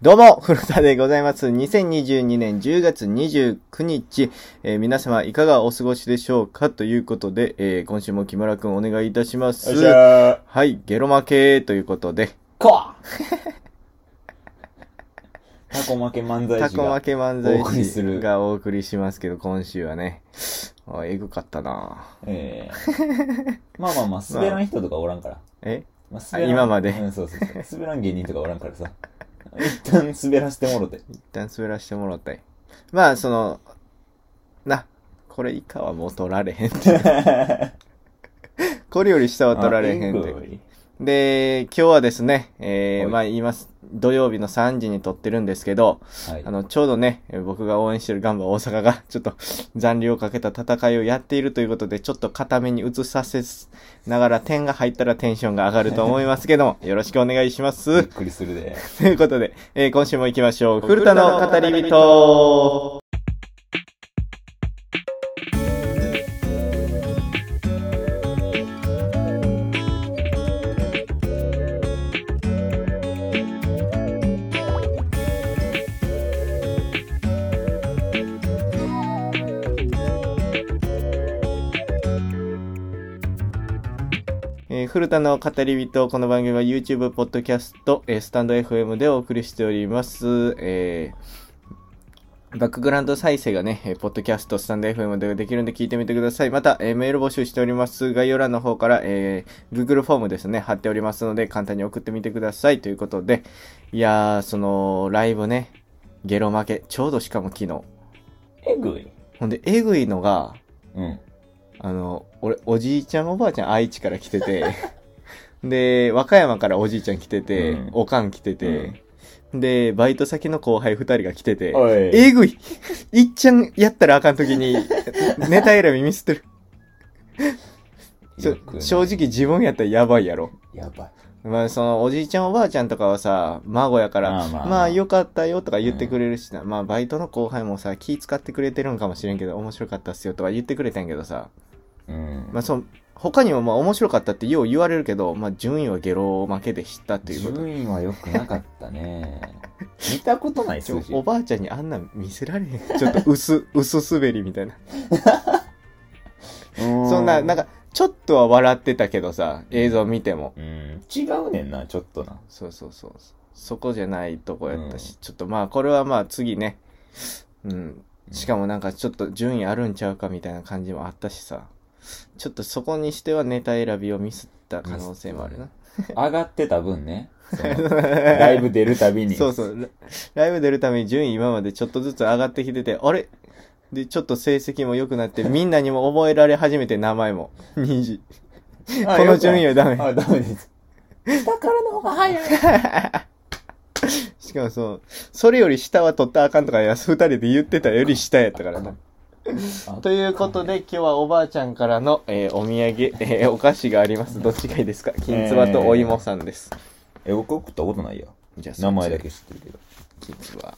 どうも、古田でございます。2022年10月29日、えー皆様いかがお過ごしでしょうかということで、えー今週も木村くんお願いいたします。よっしゃー。はい、ゲロ負けということで、こ タコ負け漫才タ師コ負が。け漫才お送りす師るがお送りしますけど、今週はね、あえぐかったなえーまあまあまあ、滑らん人とかおらんから。えまあ、滑らんあ今までうん、そうそうそう。滑らん芸人とかおらんからさ。一旦滑らしてもろて。一旦滑らしてもらったい。まあ、その、な、これ以下はもう取られへん って。これより下は取られへんって。で、今日はですね、えはー、いまあ言います。土曜日の3時に撮ってるんですけど、はいあ。の、ちょうどね、えー僕が応援してるガンバ大阪が、ちょっと 残留をかけた戦いをやっているということで、ちょっと固めに移させながら点が入ったらテンションが上がると思いますけど も、よろしくお願いしまびっす。くりするで。ということで、えー今週も行きましょう。古田の語り人えー古田の語り人、この番組は YouTube、ポッドキャスト、えースタンド FM でお送りしております。えーバックグラウンド再生がね、えーポッドキャスト、スタンド FM でできるんで聞いてみてください。また、えーメール募集しております。概要欄の方から、えー Google フォームですね、貼っておりますので、簡単に送ってみてください。ということで、いやー、その、ライブね、ゲロ負け、ちょうどしかも昨日。えぐい。ほんで、えぐいのが、うん。あの、俺、おじいちゃんおばあちゃん愛知から来てて、 で、和歌山からおじいちゃん来てて、うんおかん来てて、で、バイト先の後輩二人が来てて、おい。えぐいいっちゃんやったらあかんとき に、ネタ選びミスってる。ちょよくない正。直自分やったらやばいやろ。やばい。まあ、その、おじいちゃんおばあちゃんとかはさ、孫やから、まあままあ、あよかったよとか言ってくれるしな、まあ、バイトの後輩もさ、気使ってくれてるんかもしれんけど、面白かったっすよとか言ってくれたんやけどさ、うん。まあ、その他にもまあ面白かったってよう言われるけど、まあ、順位はゲロ負けで知ったということ順位は良くなかったね。見たことないち数ょ字。おばあちゃんにあんなん見せられへ んちょっと薄薄滑りみたいなそそんななんかちょっとは笑ってたけどさ映像見てもうん、違うねんな、ちょっとな。そうそうそうそこじゃないとこやったし、うちょっとまあこれはまあ次ねうんしかもなんかちょっと順位あるんちゃうかみたいな感じもあったしさちょっとそこにしてはネタ選びをミスった可能性もあ るな上がってた分 ね。そのライブ出るたびに。そうそう。ラライブ出るために順位今までちょっとずつ上がってきてて、あれで、ちょっと成績も良くな って、みんなにも覚えられ始めて、名前も。2時。あこの順位はダメよくあ、ダメです。下からの方が早い。しかもそう、それより下は取ったらあかんとか、や二人で言ってたより下やったからな。ということで、今日はおばあちゃんからの、えーお土産、えーお菓子があります。どっちがいいですか金つばとお芋さんです。え、僕食ったことないよ。じゃあ名前だ。け知ってるけど。金つば。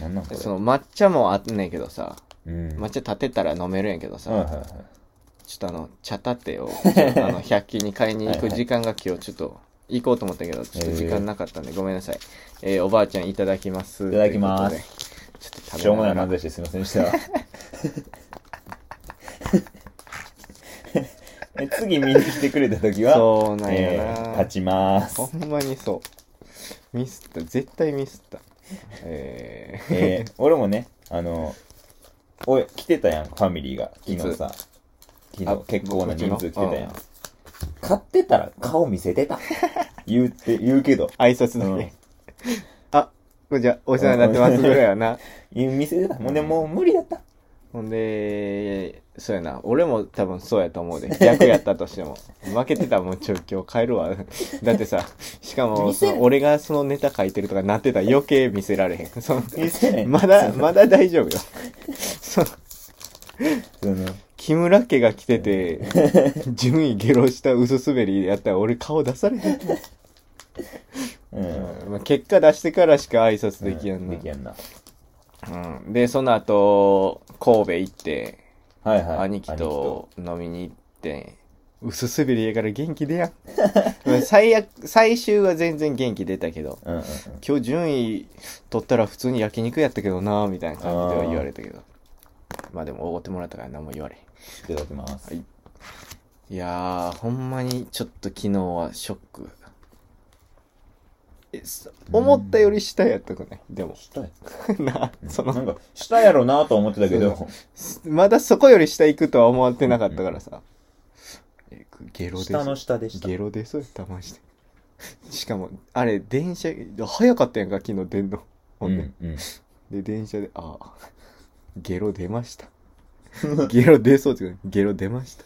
なんなんこれ。その、抹茶もあんねんけどさ、うん。抹茶立てたら飲めるんやけどさ、はいはいはい。ちょっとあの、茶立てを、ちょっと あの、100均に買いに行く時間が今日ちょっと、行こうと思ったけど、ちょっと時間なかったんで、ごめんなさい。えーおばあちゃんいただきます。いただきますということで。ちょっとしょ食うもべなないがら漫。才師ですいません でした。え次見に来てくれた時は、そうなんやえなー、、立ちまーすほ。んまにそう。ミスった。絶対ミスった。えー、えー、俺もね、あの、おい、来てたやん、ファミリーが。昨日さ。昨あ日、結構な人数来てたやうんん。買ってたら顔見せてた。 言うって、言うけど。 挨拶だけ。うんあ、これじゃあお世話になってますぐらいやな。言う見せてた。もうね、もう無理だった。ほんで、そうやな。俺も多分そうやと思うで。逆やったとしても。負けてたらもうちょ、今日帰るわ。だってさ、しかも、見せそるの俺がそのネタ書いてるとかなってたら余計見せられへん。そ の、見せない。まだ、まだ大丈夫よ。その、その、木村家が来てて、順位ゲロした薄滑りやったら俺顔出されへん。うん。まあ、結果出してからしか挨拶できやんでなき。やんな。うん。で、その後、神戸行って、はいはい。兄貴と。飲みに行って、薄滑りやから元気出やん まあ最悪最終は全然元気出たけどうんうん今日順位取ったら普通に焼肉やったけどなみたいな感じでは言われたけどまあでもおごってもらったから何も言われへんいただきます、はいいやー、ほんまにちょっと昨日はショック。えそ思ったより下やったくないでも。 したいな、そなんの、かしたやろなとは思ってたけどまだそこより下行くとは思ってなかったからさ。えゲロです。下の下でしたゲロでそうやった、マジで。 しかも、あれ、電車、早かったやんか、昨日出んの。ほうんんで、うんで、電車で、あ あ、ゲロ出ました。 ゲロ出そうって言うゲロ出ました。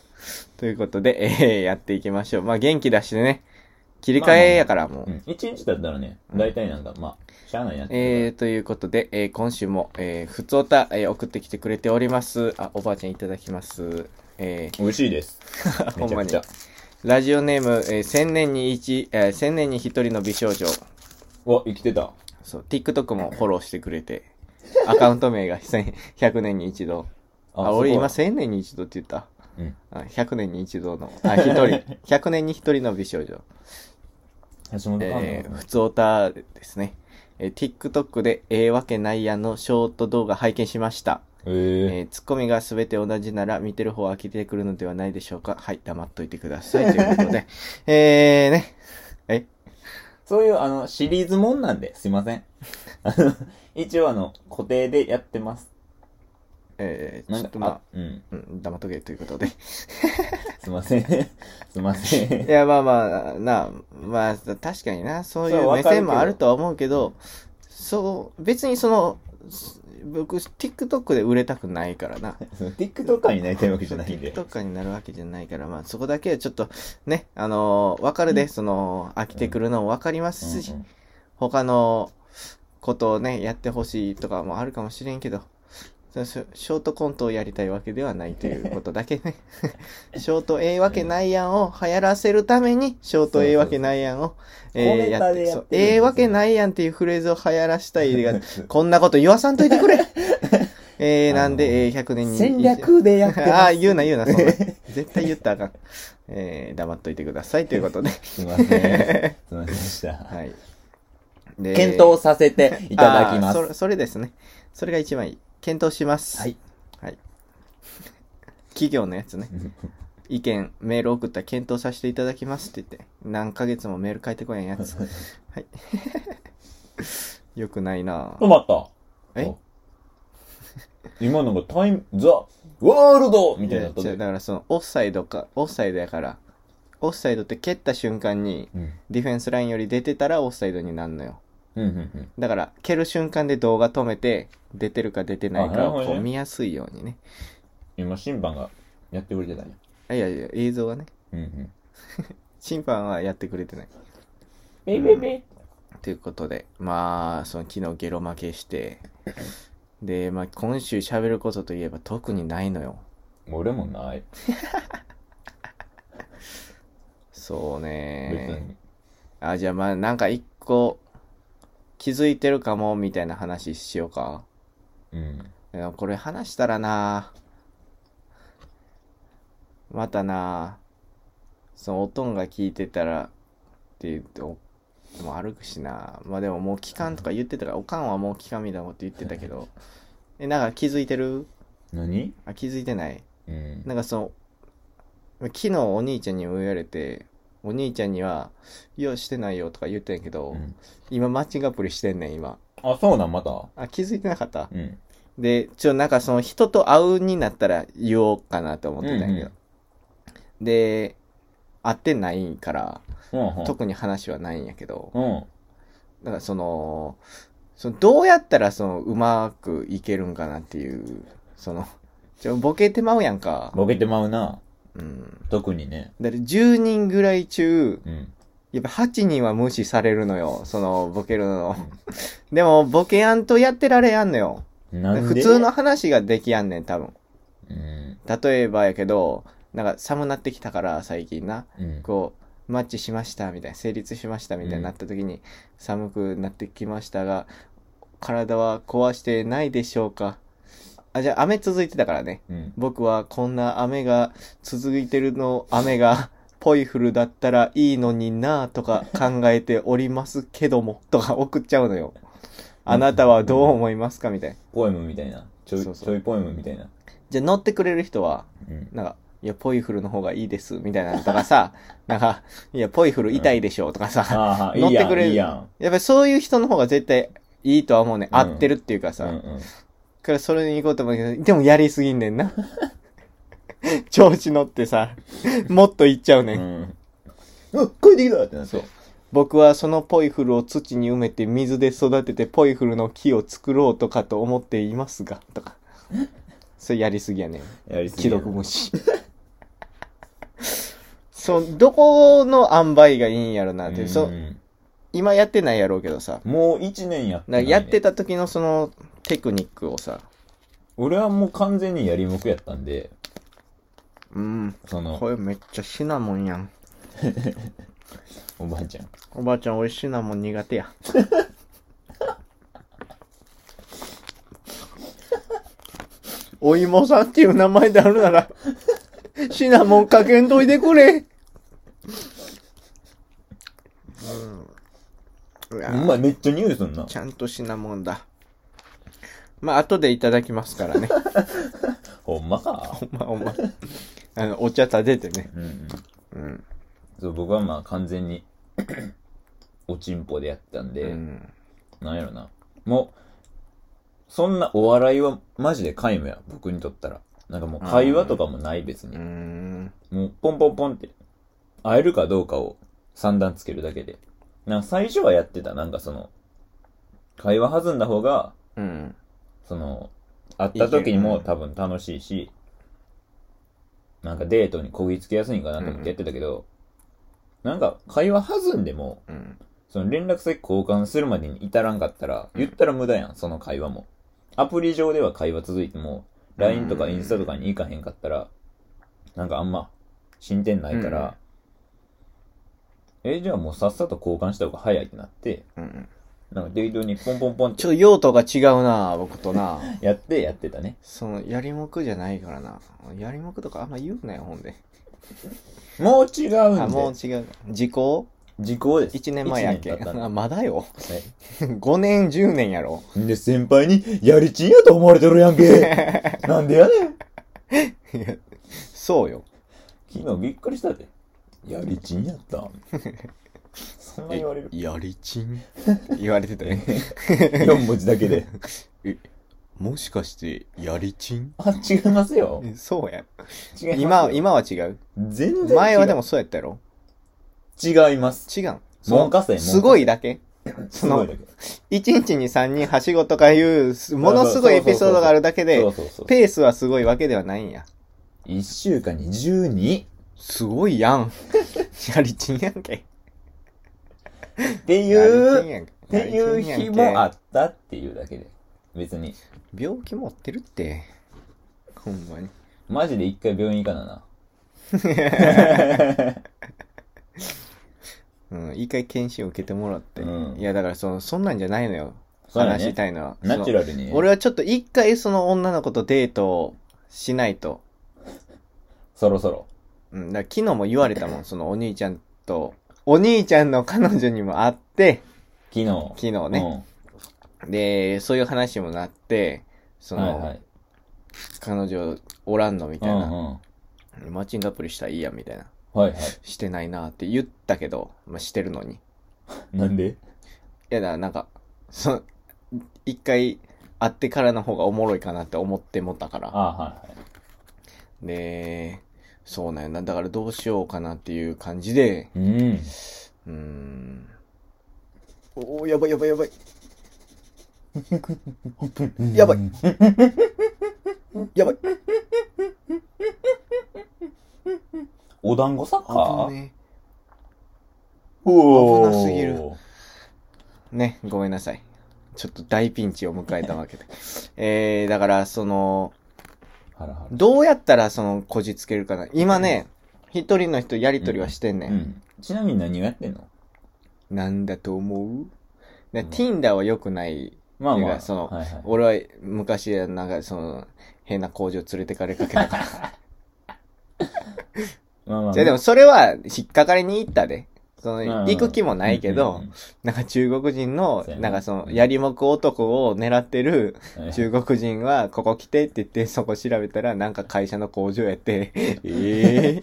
ということで、えー、やっていきましょう。まあ、元気出してね、切り替えやからもう。うん一日だったらね大体なんかまあしゃあないなってえー、ということで、えー、今週も、えー、ふつおた、えー、送ってきてくれております。あ、おばあちゃんいただきます。え美味しい ですー、めほんちまゃくにちゃ。ラジオネーム、えー、千年に一、えー、千年に一人の美少女。うわ生きてたそう、TikTok もフォローしてくれて、アカウント名が千100年に一度。あ、俺今す1000年に一度って言った。うんあ100年に一度の、あ、一人。100年に 一人の美少女。橋本環えー、奈普通オタですね。えー、TikTok でええわけないやのショート動画拝見しました。ええー、ツッコミが全て同じなら見てる方は飽きてくるのではないでしょうか。はい、黙っといてください。ということ で。えーね。え、そういう、あの、シリーズもんなんで、すいま せん。あの一応、あの、固定でやってます。えーなちんょかっとまあ、うん。うん、黙っとけということで。すいません。 すいませいん。や、まあまあ、なあ、まあ、確かにな、そういそうう目わかるけ線どもあるとは思うけど、そう、別にその、す僕、TikTok で売れたくないからな。その TikToker になりたいわけじゃないんで。 TikToker になるわけじゃないから、まあ、そこだけはちょっと、ね、あのーわかるで、その、飽きてくるのもわかりますし、うんうん他のことをね、やってほしいとかもあるかもしれんけど、そのショショートコントをやりたいわけではないと いうことだけね。 ショートええわけないやんを流行らせるために、ショートええわけないやんを、そうえー小ネタっでて、やそっうてるんですよええわけないやんっていうフレーズを流行らしたいが、こんなこと言わさんといてくれ えー、なんで、えー、100年 に。戦略でやってます。ああー、言うな言うな、そんな。絶対言ったらあかん。えー、黙っといてくださいということで。すいません。すいませんで した。はい。で検討させていただきまあーそす。それですね。それが一番いい。検討します。はい。はい。企業のやつね。意見、メール送ったら検討させていただきますって言って。何ヶ月もメール書いてこないや つ。はい。 よくないな 止まった。えお今なんかタイム、ザ・ワールドみたいになったや違うで。だからその、オフサイドか、オフサイドやから、オフサイドって蹴った瞬間に、うん。ディフェンスラインより出てたらオフサイドになるのよ。うんうんだから、蹴る瞬間で動画止めて、出てるか出てないかあなをるほこどうね見やすいようにね。うん。今、審判がやってくれてたね。あいやいや、映像はね。うんうん。審判はやってくれてない。ベイベイベイ。ということで、まあ、その昨日ゲロ負けして、で、まあ今週喋ることといえば特にないのよ。俺もない。そう別ね。に。あ、じゃあまあなんか一個気づいてるかもみたいな話しようか。うん。いやこれ話したらなまたなそのおとんが聞いてたらって言っておもう歩くしなまあでももう帰還とか言ってたからおかんはもう帰還みたいなこと言ってたけどえなんか気づいてる何あ気づいてないうん。なんかその昨日お兄ちゃんにも言われてお兄ちゃんには「いやしてないよ」とか言ってんやけど、うん今マッチングアプリしてんねん今あ、そうなん、またあ気づいてなかったうん。で、ちょ、なんかその人と会うになったら言おうかなと思ってたんやけど。うんで、会ってないから、うん。特に話はないんやけど、うん。なんかその、そのどうやったらそのうまくいけるんかなっていう、その、ちょ、ボケてまうやんか。ボケてまうな。うん。特にね。だって10人ぐらい中、うん。やっぱ8人は無視されるのよ。その、ボケる の。でも、ボケやんとやってられやんのよ。なんで普通の。話ができやんねん、多分。うん。例えばやけど、なんか寒なってきたから最近な、うん。こう、マッチしましたみたいな、成立しましたみたいになった時に、寒くなってきましたが、体は壊してないでしょうかあ、じゃあ雨続いてたからね。うん。僕はこんな雨が続いてるの、雨が ポイフルだったらいいのになぁとか考えておりますけども、とか送っちゃうのよ。あなたはどう思いますかみたいな。ポエムみたいな。ちょい、そうそうちょいポエムみたいな。じゃあ乗ってくれる人は、 うん。なんか、いや、ポイフルの方がいいです、みたいなのとか さ、なんか、いや、ポイフル痛いでしょ、とかさ、ああ、い乗っいてやくん、れるいいやん。やっぱりそういう人の方が絶対いいとは思うね。うん合ってるっていうかうさ、んうん。からそれに行こうと思うけど、でもやりすぎんねんな。 調子乗って さ、もっと行っちゃうねん。うん。うん、これできたってなって。僕はそのポイフルを土に埋めて水で育ててポイフルの木を作ろうとかと思っていますが、と か。それやりすぎやねん。やりすぎ既や読無視。 そう、どこの塩梅がいいんやろなって、うんそう、今やってないやろうけどさ。もう一年やってなないんねかやってた時のそのテクニックをさ、俺はもう完全にやりもくやったんで、うん、その、これめっちゃシナモンやん。おばあちゃん。おばあちゃん俺シナモン苦手 や。お芋さんっていう名前であるなら、シナモンかけんといてくれ。うん。うわうまい、めっちゃ匂いすんな。ちゃんとシナモンだ。まあ、後でいただきますから ね。ほんまか。ほんまほんま。あの、お茶立ててね。うんうん。うん。そう、僕はまあ完全に、 おちんぽでやったんで、うん。なんやろな。もう、そんなお笑いはマジで皆無や、僕にとったら。なんかもう会話とかもない別うに。ん。もうポンポンポンって、会えるかどうかを三段つけるだけで。なんか最初はやってた、なんかその、会話弾んだ方が、うん。その、会った時にいいもね多分楽しいし、なんかデートにこぎつけやすいんかなと思ってやってたけど、なんか会話弾んでも、うん。その連絡先交換するまでに至らんかったら、うん言ったら無駄やん、その会話も。アプリ上では会話続いても、うん LINE とかインスタとかに行かへんかったら、なんかあんま進展ないから、え、じゃあもうさっさと交換した方が早いってなって、うん。なんかデートにポンポンポンっちてょっと用途が違うな、僕とな。やって やってたね。その、やりもくじゃないからな。やりもくとかあんま言うなよ、ほんで。もう違うんで。あ、もう違う。時効時効です。一年前やっけ。一年経ったんで あ、まだよ。はい5年、10年やろ。で、先輩に、やりちんやと思われてるや んけ。なんでやねん。そうよ。昨日びっくりしたで。やりちん やった。そんな言われる。やりちん。言われてたね。 4文字だけで。 もしかして、やりちんあ、違いますよ。違いえそうや。ますよ今、、今は違う。全然違う。前はでも、そうやったやろ違います。違うん。文科生すごいだ けすそごのいだけ。一日に三人はしごとかいう、すものすごいエピソードがあるだけでそ、うそうそう。ペースはすごいわけではないんや。 1週間に12っすごいや ん。やりちんやんけ。ていやりちんう、っやんけ。ていう日もあったっていうだけで。別に。病気持ってるって。ほんまに。マジで一回病院行かな な。うん、一回検診を受けてもらって。うんいや、だからその、そんなんじゃないのよ。そうだね話したいのは。ナチュララルに。俺はちょっと一回その女の子とデートをしないと。そろそろ。うん、だから昨日も言われた もん、そのお兄ちゃんと、お兄ちゃんの彼女にも会って、昨日。昨日ね。で、そういう話もなって、うそん。はいの、はい。彼女おらんのみうたいんうな、ん。マッチングアプリしたらいいやみたいな。はいはしてないなって言ったけど、まあ、してるのに。いい。なんでやだ、なんか、その、一回会ってからの方がおもろいかなって思ってもったかあら。はいはい。で、そうなんやな。だからどうしようかなっていう感じで、うん。うーん。おお、やばいやばいやばい。やばい。やばい。お団子サッカあーぶねおー危なすぎる。ね、ごめんなさい。ちょっと大ピンチを迎えたわけで。 えー、だから、その、ハラハラ。どうやったらその、こじつけるかな。今ね、一人の人やりとりはしてんね。うんん。ちなみに何をやってんのなんだと思う、ねうん ?Tinder は良くないまあていうまあ、かそのはいはい、俺は昔、なんか、その、変な工場連れてかれかけ たから。まあまあ、じゃあでもそれは引っかかりに行ったで。そまあまあの、行く気もないけうんどうん、なんか中国人のそうや、ななんかその、やりもく男を狙ってるうんはい中国人は、ここ来てって言って、そこ調べたら、なんか会社の工場や って、ええ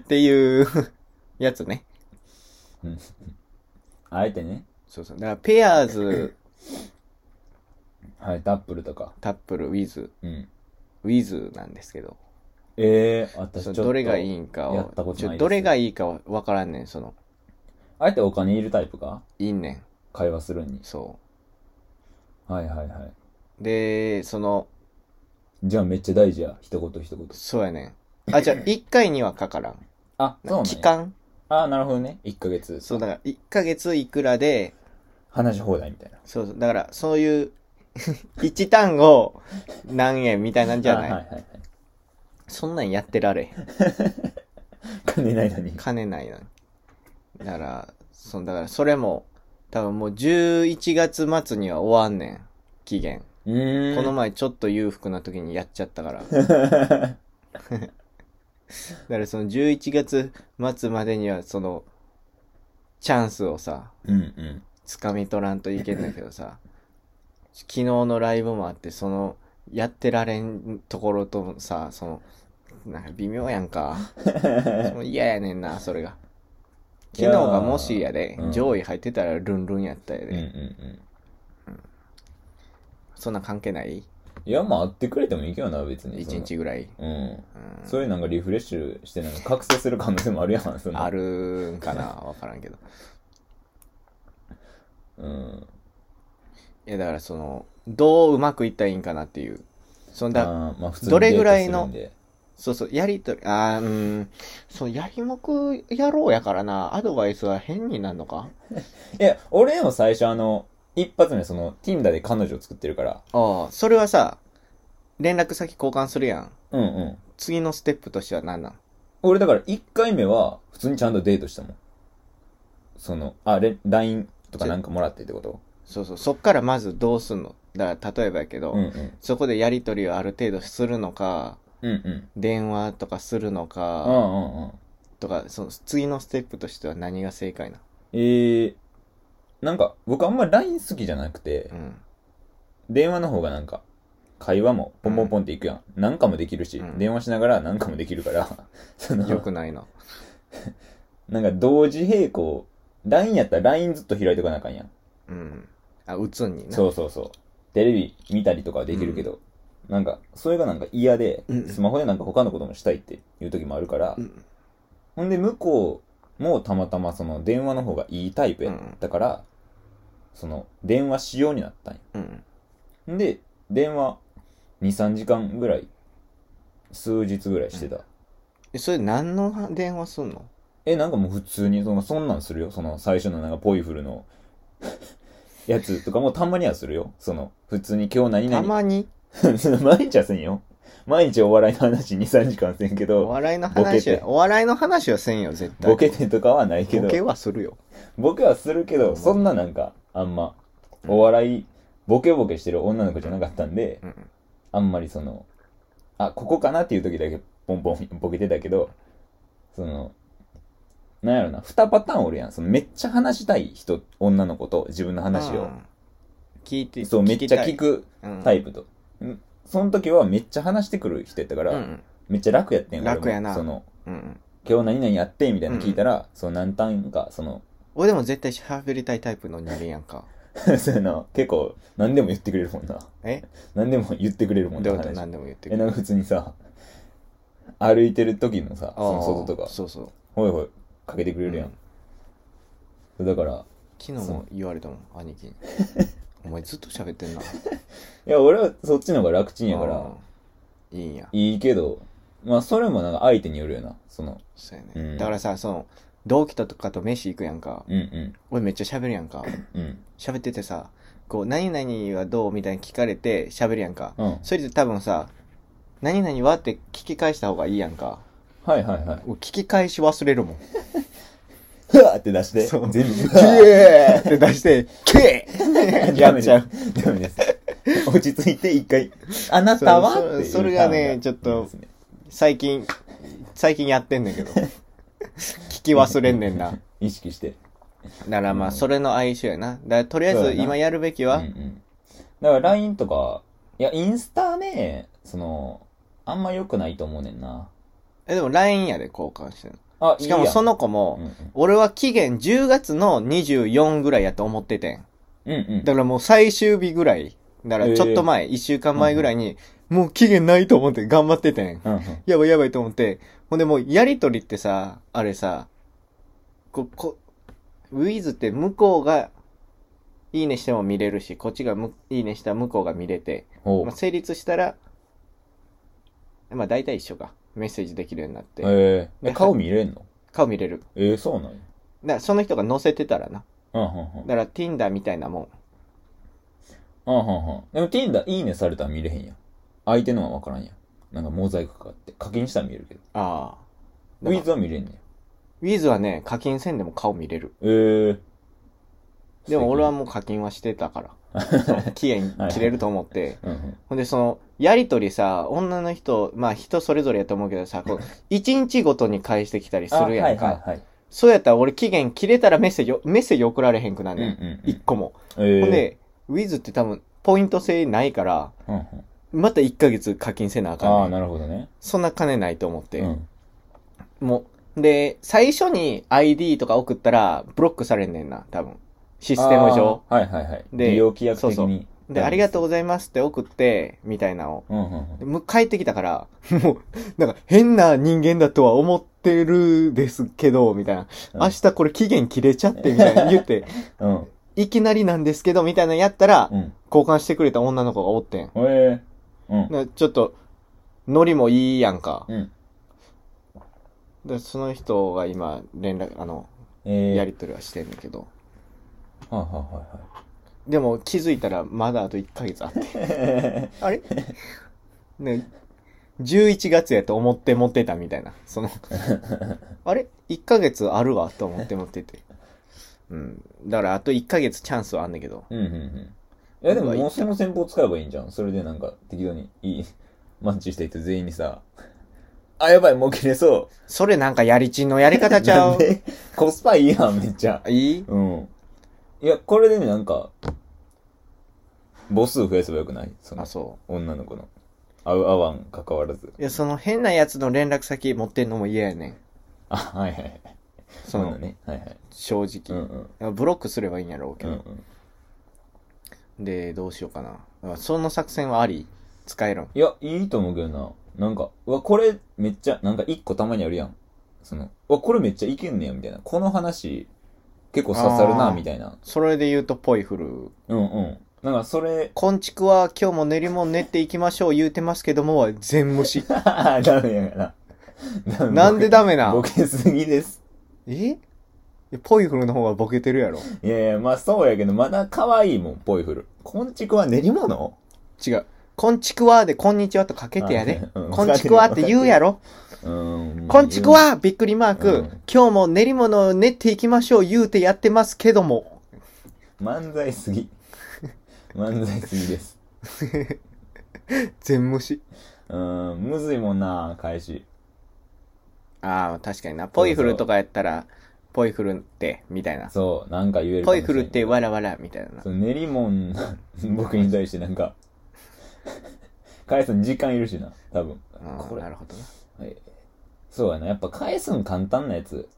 っていう、やつね。あえてね、そうそう。だから、ペアーズ、はい、タップルとか。タップル、ウィズ、うん。ウィズなんですけど、ええ私ちそのょっと。どれがいいんかやったを、ことないですちょどれがいいかはわからんねん、その、あえてお金いるタイプかいいねん、会話するに。そはいはいはい。う。で、その、じゃあめっちゃ大事や。一言一言。そうやねん。あ、じゃ あ、1回にはかからん。あ、そうなんや期間ああ、なるほどね。1ヶ月。そう、だから、1ヶ月いくらで、話し放題みたいな。そうそう、だから、そういう、1単語、何円みたいなんじゃないあはいはいはい。そんなんやってられへん。金ないのに。金ないのに。だから、そのだからそれも、多分もう11月末には終わんねん。期限。うーん。この前ちょっと裕福な時にやっちゃった から。だからその11月末までにはその、チャンスをさ、うんうん。掴み取らんといけんだけどさ、昨日のライブもあって、その、やってられんところとさ、その、なんか微妙やんか。もう嫌やねんな、それが。い昨や日ーがもしやで、うん上位入ってたらルンルンやったやで。うんうんうん。そんな関係ないいや、まあ、会ってくれてもいいけどな、別に。一日ぐらい。その。うん。うんそういうなんかリフレッシュして、なんか覚醒する可能性もあるやん、その。あるんかな、 わからんけど。うん。いや、だからその、どううまくいったらいいんかなっていう。そんだ、あーまあ、普通にどれぐらいデーのトするんでそうそう、やりとり、あーうーん、そう、やりもくやろうやからな、アドバイスは変になるのかいや、俺も最初あの、一発目その、Tinder で彼女を作ってるから。ああ、それはさ、連絡先交換するやん。うんうん。次のステップとしては何なん俺だから一回目は、普通にちゃんとデートしたもん。その、あ、れ LINE とかなんかもらってってことそうそう、そっからまずどうすんのだから、例えばやけど、うんうん。そこでやりとりをある程度するのか、うんうん。電話とかするのうんうか、んうん。とか、その次のステップとしては何が正解なえー、なんか、僕あんま LINE 好きじゃなくてう、ん。電話の方がなんか、会話もポンポンポンっていくやん。なんかもできるし、うん電話しながらなんかもできるから、 その、よくないな。なんか同時並行、LINE やったら LINE ずっと開いとかなあかんやん。うん。あ、打つんにな。そうそうそう。テレビ見たりとかはできるけど、なんか、それがなんか嫌で、うんスマホでなんか他のこともしたいっていう時もあるから、うん。ほんで向こうもたまたまその電話の方がいいタイプやったから、その電話しようになったんや。うん。んで、電話2、3時間ぐらい、数日ぐらいしてた。えそれ何の電話すんのえ、なんかもう普通に、その、そんなんするよ。その、最初のなんかポイフルの、 やつとかもたまにはするよ。その、普通に今日何た々。まにその 毎日はせんよ。毎日お笑いの話2、3時間せんけおど、笑いのボケ話ては、お笑いの話はせんよ、絶対。ボケてとかはないけどボ、ケはするよ。ボケはするけど、そんななんか、あんま、お笑い、ボケボケしてる女の子じゃなかったんで、うん。あんまりその、あ、ここかなっていう時だけポンポンボケてたけど、その、なんやろな、二パターンおるやん。そのめっちゃ話したい人、女の子と自分の話うを。ん。聞いて、そう、めっちゃ聞くタイププと。うんその時はめっちゃ話してくる人やったかうら、ん。うん。めっちゃ楽やってん俺も楽やなその、うん。今日何々やってみたいなの聞いたら、その何単位か、その、俺でも絶対喋りたいタイプの人間やんか。 そうやな、結構何でも言ってくれるもんな。え何でも言ってくれるもんどういうな。こと話何でも言ってくえ、る。なんか普通にさ、歩いてる時のさ、その外とあかー、そうそう。ほいほい、かけてくれるやうんん。だから、昨日も言われたもん、兄貴に。 お前ずっと喋ってんな。いや、俺はそっちの方が楽ちんやかあら、ー。いいんや。いいけど、まあそれもなんか相手によるよな、その、そうやね、うんだからさ、その、同期とかと飯行くやんか。うんうん、俺めっちゃ喋るやん か。うん、喋っててさ、こう、何々はどうみたいに聞かれて喋るやんか。うん。それで多分さ、何々はって聞き返した方がいいやんか。はいはいはい。俺聞き返し忘れるもん。ふわーって出して、そう全部、ふキわエーって出して、ケーーやっちゃう。。ダメです。落ち着いて一回、あなたはそうっていうそれがねターンちょっといいですね最近、最近やってんだけど。聞き忘れんねんな。意識して。ならまあ、それの相性やな。だからとりあえそうずやな今やるべきうんうは、ん。だから LINE とか、いや、インスタね、その、あんま良くないと思うねんな。え、でも LINE やで交換してるの。あ、しかもその、の子うんも、うん俺は期限10月の24ぐらいやと思っててん。うんうん。だからもう最終日ぐらい。だからちょっと前、1週間前ぐらいに、もう期限ないと思って頑張っててん。うんうんやばいやばいと思って。ほんでもうやりとりってさ、あれさ、こ、こ、ウィズって向こうが、いいねしても見れるし、こっちがむいいねしたら向こうが見れて、ほうまあ、。成立したら、まあ大体一緒か。メッセージできるようになって。えー、でえ顔見れんの顔見れる。えー、そうなんや。だからその人が載せてたらな。うんうんうん。だから Tinder みたいなもん。うんうんうん。でも Tinder いいねされたら見れへんやん。相手のはわからんやん。なんかモザイクかかって。課金したら見えるけど。ああ。ウィズは見れんねん。ウィズはね、課金せんでも顔見れる。えー。でも俺はもう課金はしてた から。そう期限切れると思って。うんうん。ほんで、その、やりとりさ、女の人、まあ人それぞれやと思うけどさ、 こう、一日ごとに返してきたりするやんあはいか。はいはい。そうやったら俺期限切れたらメッセージを、メッセージ送られへんくなうんんうねん。んうん。一個も。えほんー、で、ウィズって多分、ポイント制ないから、うんうんまた1ヶ月課金せなあかああ、ん、ねん。なるほどね。そんな金ないと思って。うん。もう、で、最初に ID とか送ったら、ブロックされんねんな、多分。システム上。あー。はいはいはい。で利用規約的に。そううで、ありがとうう。ございますって送って、みたいなのを。うんうんうん。む帰ってきたから、 もう、なんか変な人間だとは思ってるですけど、みたいな。うん明日これ期限切れちゃって、みたいな言って、 うん。いきなりなんですけど、みたいなのやったら、うん。交換してくれた女の子がおってん。えー。うん。なちょっと、ノリもいいやんか。うん。でその人が今、連絡、あの、えー。やりとりはしてんだけど。はいはでも気づいたらまだあと1ヶ月あって。いはいあれ はい。ね、11月やと思って持ってたみたいな。そ の、あれ ?1 ヶ月あるわと思って持ってて。うん。だからあと1ヶ月チャンスはあんねんけど。うんうんうん。いやでも、もうその戦法使えばいいんじゃん。それでなんか、適当にいい、 マッチした人全員にさ、 あ、やばい、もう切れそう。それなんかやりちんのやり方ちゃなんうで コスパいいやん、めっちゃ。いいうん。いや、これでね、なんか、母数増やせばよくないそのあ、、そ女の子の。合う合わん、関わらず。う。いや、その変なやつの連絡先持ってんのも嫌やねん。あ、はいはい。そそうのだ、ね。はいはい。正うんう直。ん。ブロックすればいいんやろうけうんうど。ん。で、どうしようかな。あその作戦はあり使えるん。いや、いいと思うけどな。なんか、うわ、これめっちゃ、なんか一個たまにあるやん。その、うわ、これめっちゃいけんねや、みたいな。この話、結構刺さるあな、ーみたいな。それで言うとポイフル、うんうん。なんか、それ こんちくは今日も練り物練っていきましょう言うてますけどもは全無 視。ダメやからな。なんでダメなボケすぎです。えポイフルの方がボケてるやろいやいや、まあそうやけど、まだ可愛いもん、ポイフル。こんちくは練り物 違う。こんちくわでこんにちはとかけてやで。あうんこんちくわって言うやろうーん。こんちくわびっくりマーク、うん今日も練り物を練っていきましょう言うてやってますけども。漫才すぎ。漫才すぎです。全無視。うーん、むずいもんな、返し。ああ、確かにな。ポイフルとかやったら、ポイフルって、みたいな。そう、なんか言えるポかもイしれんフルってわらわら、みたいなそ。の練りもん、 僕に対してなんか、返すの時間いるしな、多分。あこあ、れなるほどな。はいそうやな、やっぱ返すの簡単なやつ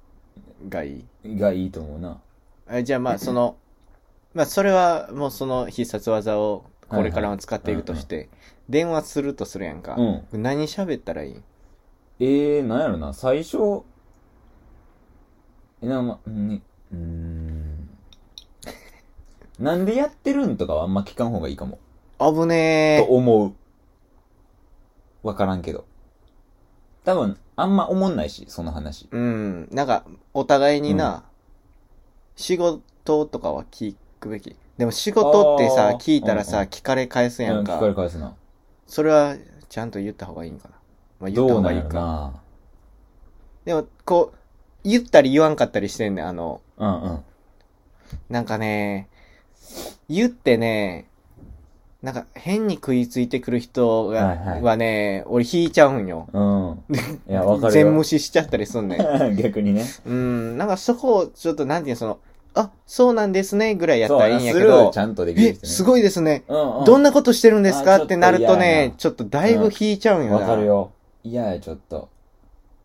がいい。がいいと思うな。えじゃあまあその、まあそれはもうその必殺技をこれからも使っていくとして、電話するとするやんか。うん何喋ったらいいえー、なんやろな、最初、え、な、ま、に、うーん。 なんでやってるんとかはあんま聞かん方がいいかも。危とねえ。思う。わからんけど。多分、あんま思んないし、その話。うん。なんか、お互いにな、仕事とかは聞くべき。でも仕事ってあさ、ー聞いたらさ、うんうん聞かれ返すやんうんか聞。かれ返すな。それはちゃんと言った方がいいんかな。まあ言った方どうがなんいいやろか。な。でも、こう、言ったり言わんかったりしてんねん、あの、うんうん。なんかね、言ってね、なんか変に食いついてくる人が、はいはいね、俺引いちゃうんよ。うん。いや、わかる全無よ。視しちゃったりすんねん。逆にね。うん、なんかそこをちょっとなんていうのその、あ、そうなんですね、ぐらいやったらいいんやけそうスルーどち、ゃんとできるえ、人ね。すごいですね。うんうん。どんなことしてるんですあかちょっとってなると嫌やねな、ちょっとだいぶ引いちゃうんよな。わかるよ。いやや、ちょっと。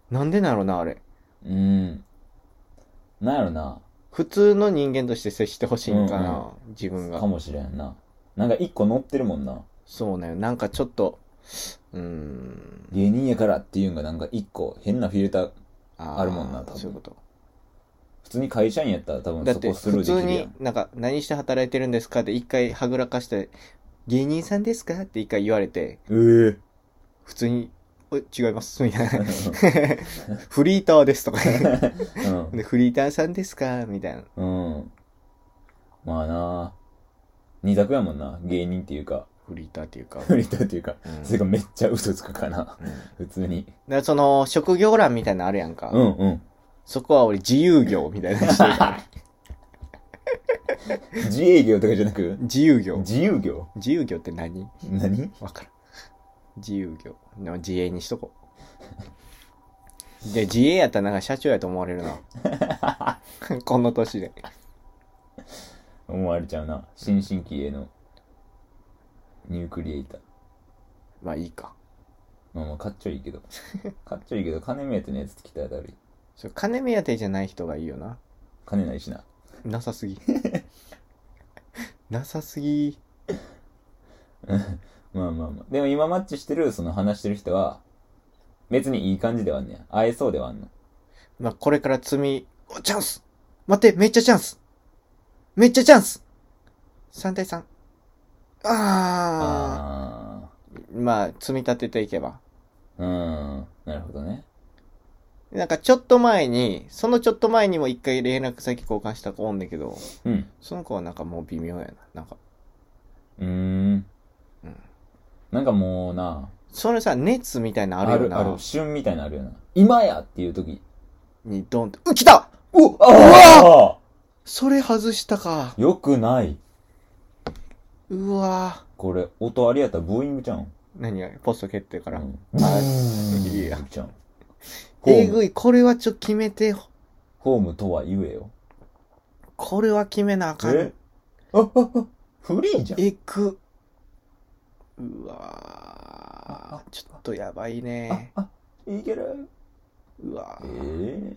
なんでなのな、あれ。うん。なんやろな。普通の人間として接してほしいんかな、うん自分がか。もしれんな。なんか一個乗ってるもんな。そうね。なんかちょっと、うーん。芸人やからっていうんがなんか一個変なフィルター。あーあるもんな多分そういうこと。普通に会社員やったら多分だっそて、こスル普ーで通きるやにん。なんか、何して働いてるんですかって一回はぐらかして、芸人さんですかって一回言われて、えー普通に、お違います、みたい な。フリーターですとか、ね、で、フリーターさんですかみたいな。うん。うん。まあな二択やもんな。芸人っていうか、フリーターっていうか。フリーターっていうか、うんそれがめっちゃ嘘つくかな。うんだ普通に。からその、職業欄みたいなのあるやんか。うんうん。そこは俺自由業みたいなのしてる から。自営業とかじゃなく、自由業。自由業自由業って何何わからん。自由業。でも自営にしとこう。で、自営やったらなんか社長やと思われるな。この年で。思われちゃうな。新進気鋭のニュークリエイター。まあいいか。まあまあ、かっちょいいけど。かっちょいいけど、金目当てのやつってきたらだるい。それ金目当てじゃない人がいいよな。金ないしな。なさすぎ。なさすぎ。まあまあまあ。でも今マッチしてる、その話してる人は、別にいい感じではあんねや。会えそうではあんの。まあこれから積み、おチャンス待ってめっちゃチャンスめっちゃチャンス !3 対3。あああまあ積み立てていけば。あー。うん。なるほどね。なんかちょっと前に、そのちょっと前にも一回連絡先交換した子おんだけど、うん。その子はなんかもう微妙やな。なんか、うーん。なんかもうな、それさ、熱みたいなのああるよる、な。ある、旬みたいなのあるよな。今やっていう時。にドンって、う来たおあそれ外したかあ。よくない。うわこれ、音ありやったらブーイングちゃうん。ぁ。何がポスト蹴ってから。うん。あいいやちゃん。ホえーム、ぐい、これはちょっと決めてよ。ホームとは言えよ。これは決めなあかん。あ、あ、あ、フリーじゃん。えく。うわあぁ。ちょっとやばいね。あ、いける。うわええぁ。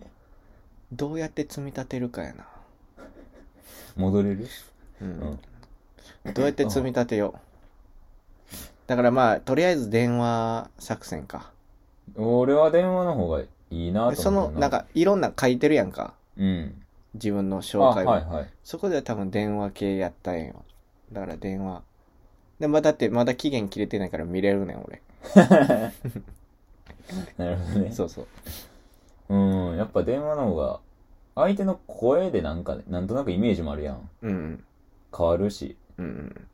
どうやって積み立てるかやな。戻れるうんどうやって積み立てよう。だからまあ、とりあえず電話作戦か。俺は電話の方がいいなと思うその、なん、か、いろんな書いてるやんか。うん。自分の紹あ、介を。はいはい。そこでは多分電話系やったんよ。だから電話。で、まあ、だってまだ期限切れてないから見れるねん、俺。なるほどね。そうそう。うん、やっぱ電話の方が、相手の声でなんかね、なんとなくイメージもあるやん。うんうん。変わるし、うんうん。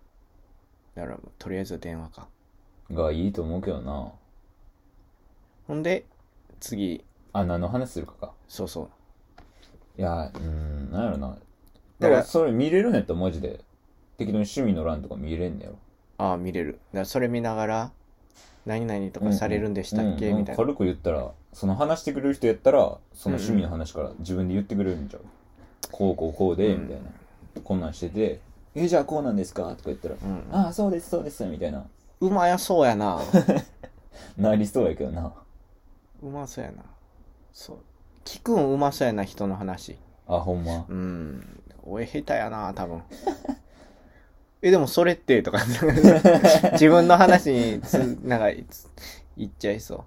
だから、とりあえず電話か。がいいと思うけどな。ほんで、次、あ、何の話するかか。そうそう。いや、うん、なんやろな。だだかからら、それ見れるんやったらマジで、適当に趣味の欄とか見れんねやろ。ああ、見れる。だからそれ見ながら、何々とかされるんでしたっけ、うんうんみたいな。軽く言ったらその話してくれる人やったらその趣味の話から自分で言ってくれるんじゃう、こうこうこうでうんみたいな、こんなんしてて「えじゃあこうなんですか?」とか言ったら「うんああそうですそうです」みたいなうまやそうやな。なりそうやけどなうまそうやな。そう。聞くんうまそうやな、人の話。あほんまうん。俺下手やな、多 分。え、でもそれって、とか。 自分の話につ、なんか、つ言っちゃいそう。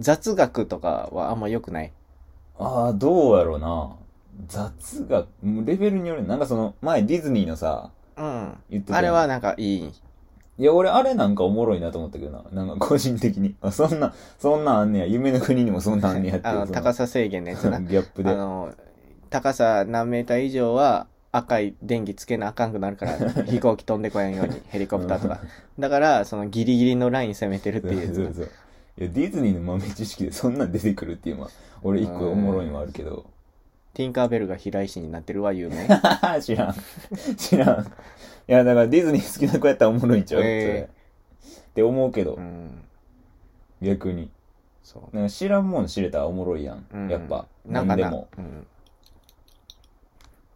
雑学とかはあんま良くない。ああどうやろうな雑がレベルによるなんかその前ディズニーのさうん。言ってたやあんれはなんかいい。いや俺あれなんかおもろいなと思ったけどななんか個人的にあ そんなそんなんあんねや夢の国にもそんなんあんねやっていあう の、その高さ制限のやつな。ギャップ であの、高さ何メーター以上は赤い電気つけなあかんくなる から、飛行機飛んでこやんように、ヘリコプターとか。だから、そのギリギリのライン攻めてるっていうやそうつ。そうそういやディズニーの豆知識でそんなん出てくるっていうのは俺一個おもろいのはあるけど ティンカーベルが飛来師になってるは有名。知らん。知らん。いや、だからディズニー好きな子やったらおもろいんちゃう、ええそれって思うけどう、ん。逆に。そなんか知らんもん知れたらおもろいやん。う。うんやっぱ、なん何かでなも。うん。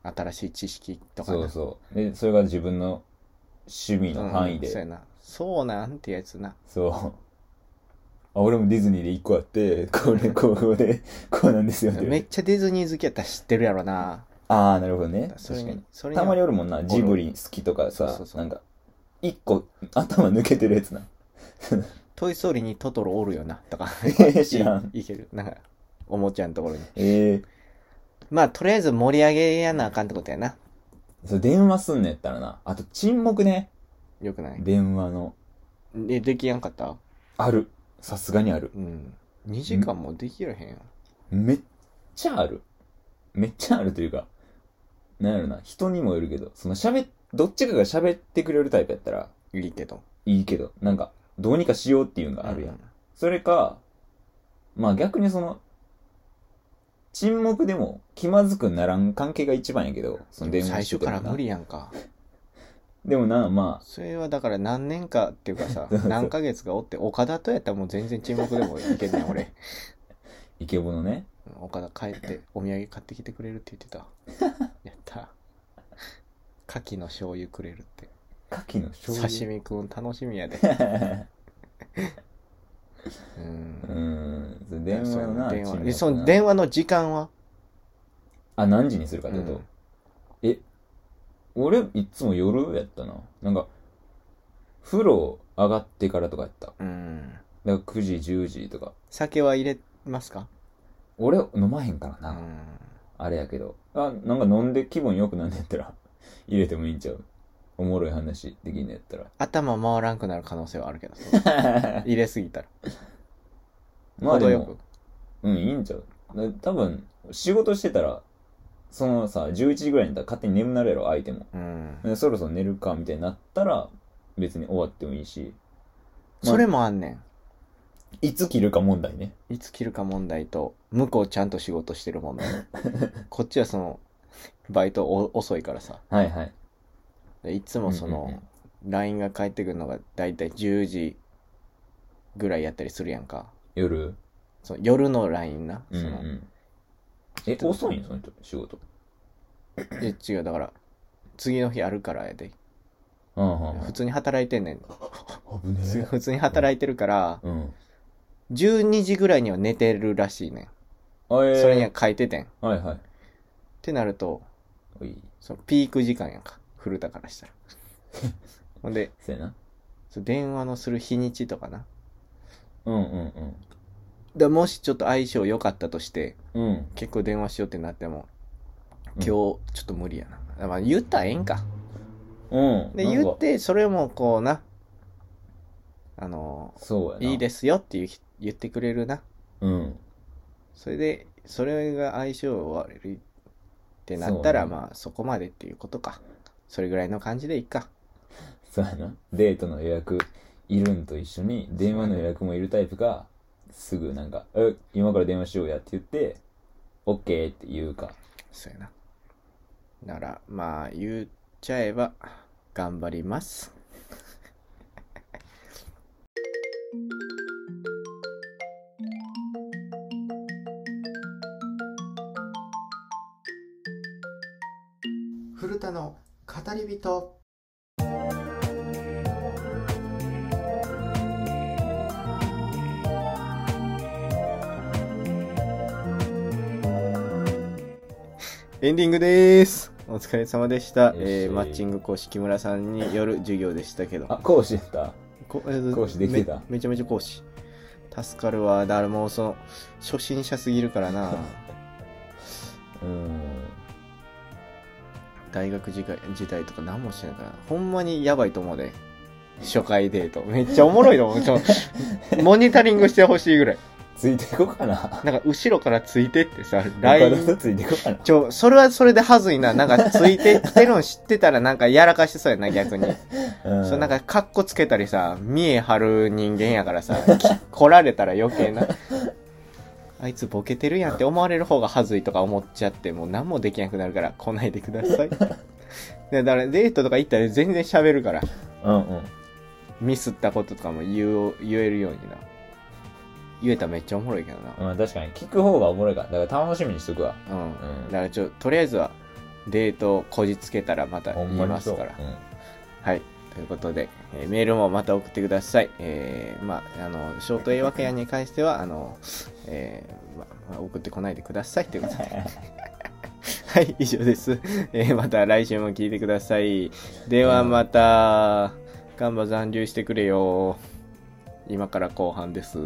新しい知識とかなそうそう。で、それが自分の趣味の範囲うんそうやで。な。そうなんてやつ な。そう。あ、俺もディズニーで一個あって、こ れ、こうで、こうなんですよね。めっちゃディズニー好きやったら知ってるやろな。ああ、なるほどね。それ 確かに。それたまにはおるもんな、ジブリ好きとかそうさそう、そうなんか、一個頭抜けてるやつな。。トイ・ストーリーにトトロおるよな。とか 知らん。いける。なんか、おもちゃのところに。ええまあ、とりあえず盛り上げやなあかんってことやな。そう、電話すんねやったらな。あと、沈黙ね。よくない。電話の。え、できやんかったある。さすがにある。うん。2時間もできらへんやん。めっちゃある。めっちゃあるというか、なんやろな、人にもよるけど、その喋っ、どっちかが喋ってくれるタイプやったらいいけど。いいけど、なんか、どうにかしようっていうのがあるやん。うんそれか、まあ逆にその、沈黙でも気まずくならん関係が一番やけど、その電最話初してから無理。理やんか。でもな、まそれはだから何年かっていうかさ そう、そう何ヶ月かおって、岡田とやったらもう全然沈黙でもいけんねん、俺。 あ、イケボのね、うん岡田帰ってお土産買ってきてくれるって言ってた。 やった。牡蠣の醤油くれるって。牡蠣の醤刺油。身くん楽しみや で。う。うんん、その電話のな、電沈話。黙えそのな電話の時間はあ、何時にするかってこと、うんえ、俺、いつも夜やったな。なんか、風呂上がってからとかやった。うん。だから9時、10時とか。酒は入れますか俺、飲まへんからうん。な。あれやけど。あ、なんか飲んで気分良くなんねやったら、 入れてもいいんちゃうおもろい話できんねやったら。頭回らんくなる可能性はあるけど、 そう 入れすぎたら。まあで程よもく。、うん、いいんちゃうだ多分、仕事してたら、そのさ、11時ぐらいになったら勝手に眠なるやろ、相手も。うん。でそろそろ寝るか、みたいになったら、別に終わってもいいし。まあそれもあんねん。いつ切るか問題ね。いつ切るか問題と、向こうちゃんと仕事してる問 題。こっちはその、バイトお遅いからさ。はいはい。でいつもそうんうんの、LINE が返ってくるのがだいたい10時ぐらいやったりするやんか。夜その夜の LINE な。うんそうん、のえ、遅いのその人、仕事。え違う、だから、次の日あるからやで。ああ、は普通に働いてんねん。 あ、危ねえ普通に働いてるから、うん。 12時ぐらいには寝てるらしいねあ、えん。ー、それには書いててん。っはいはい。てなると、おい、そのピーク時間やんか。古田からした ら。ほんで、せやな。その電話のする日にちとかな。うんうんだもしちょっと相性良かったとして、うん。うん。結構電話しようってなっても、う今日んちょっと無理やな。あまあ言ったらええんか。うん。で、なんか言って、それもこうな、あの、そうやな。。いいですすよっていうひ言ってくれるな。うん。それで、それが相性悪いってなったら、そうねまあそこまでっていうことか。それぐらいの感じでいいか。そうやな。デートの予約、いるんと一緒に、電話の予約もいるタイプが、すぐなんか、え、今から電話しようやって言って、オッケーって言うか。そうやな。なら、まあ言っちゃえば、頑張ります。古田の語り人エンディングですお疲れ様でした、よしえーマッチング講師木村さんによる授業でしたけどあ、講師やったこえー講師できてためめちゃめちゃ講師助かるわだからもうその初心者すぎるからなうん。大学時代時代とか何もしてないからほんまにやばいと思うで初回デートめっちゃおもろいと思うちょモニタリングしてほしいぐらいついていこうかな。なんか後ろからついてってさ他の LINE 人ついていこうかな。ちょそれはそれではずいななんかついてきてるの知ってたらなんかやらかしそうやな逆にうんそうなんか、カッコつけたり さ、見え張る人間やからさ、き来られたら余計な。あいつボケてるやんって思われる方が恥ずいとか思っちゃって、もう何もできなくなるから来ないでください。 でだからデートとか行ったら全然喋るから、うんうん。ミスったこととかも言う言えるようにな。言えたらめっちゃおもろいけどな。まあ確かに、聞く方がおもろいから。だから楽しみにしとくわ。うん。うんだからちょ、とりあえずはデートをこじつけたらまたほ言いんままにすそう。から。うんはい。ということで、えーメールもまた送ってください。えーまあ、あの、ショート A ワケアに関しては、あの、えーままあ、送ってこないでください。ということで。はい、以上です。えーまた来週も聞いてください。ではまた、ガンバ残留してくれよ。今から後半です。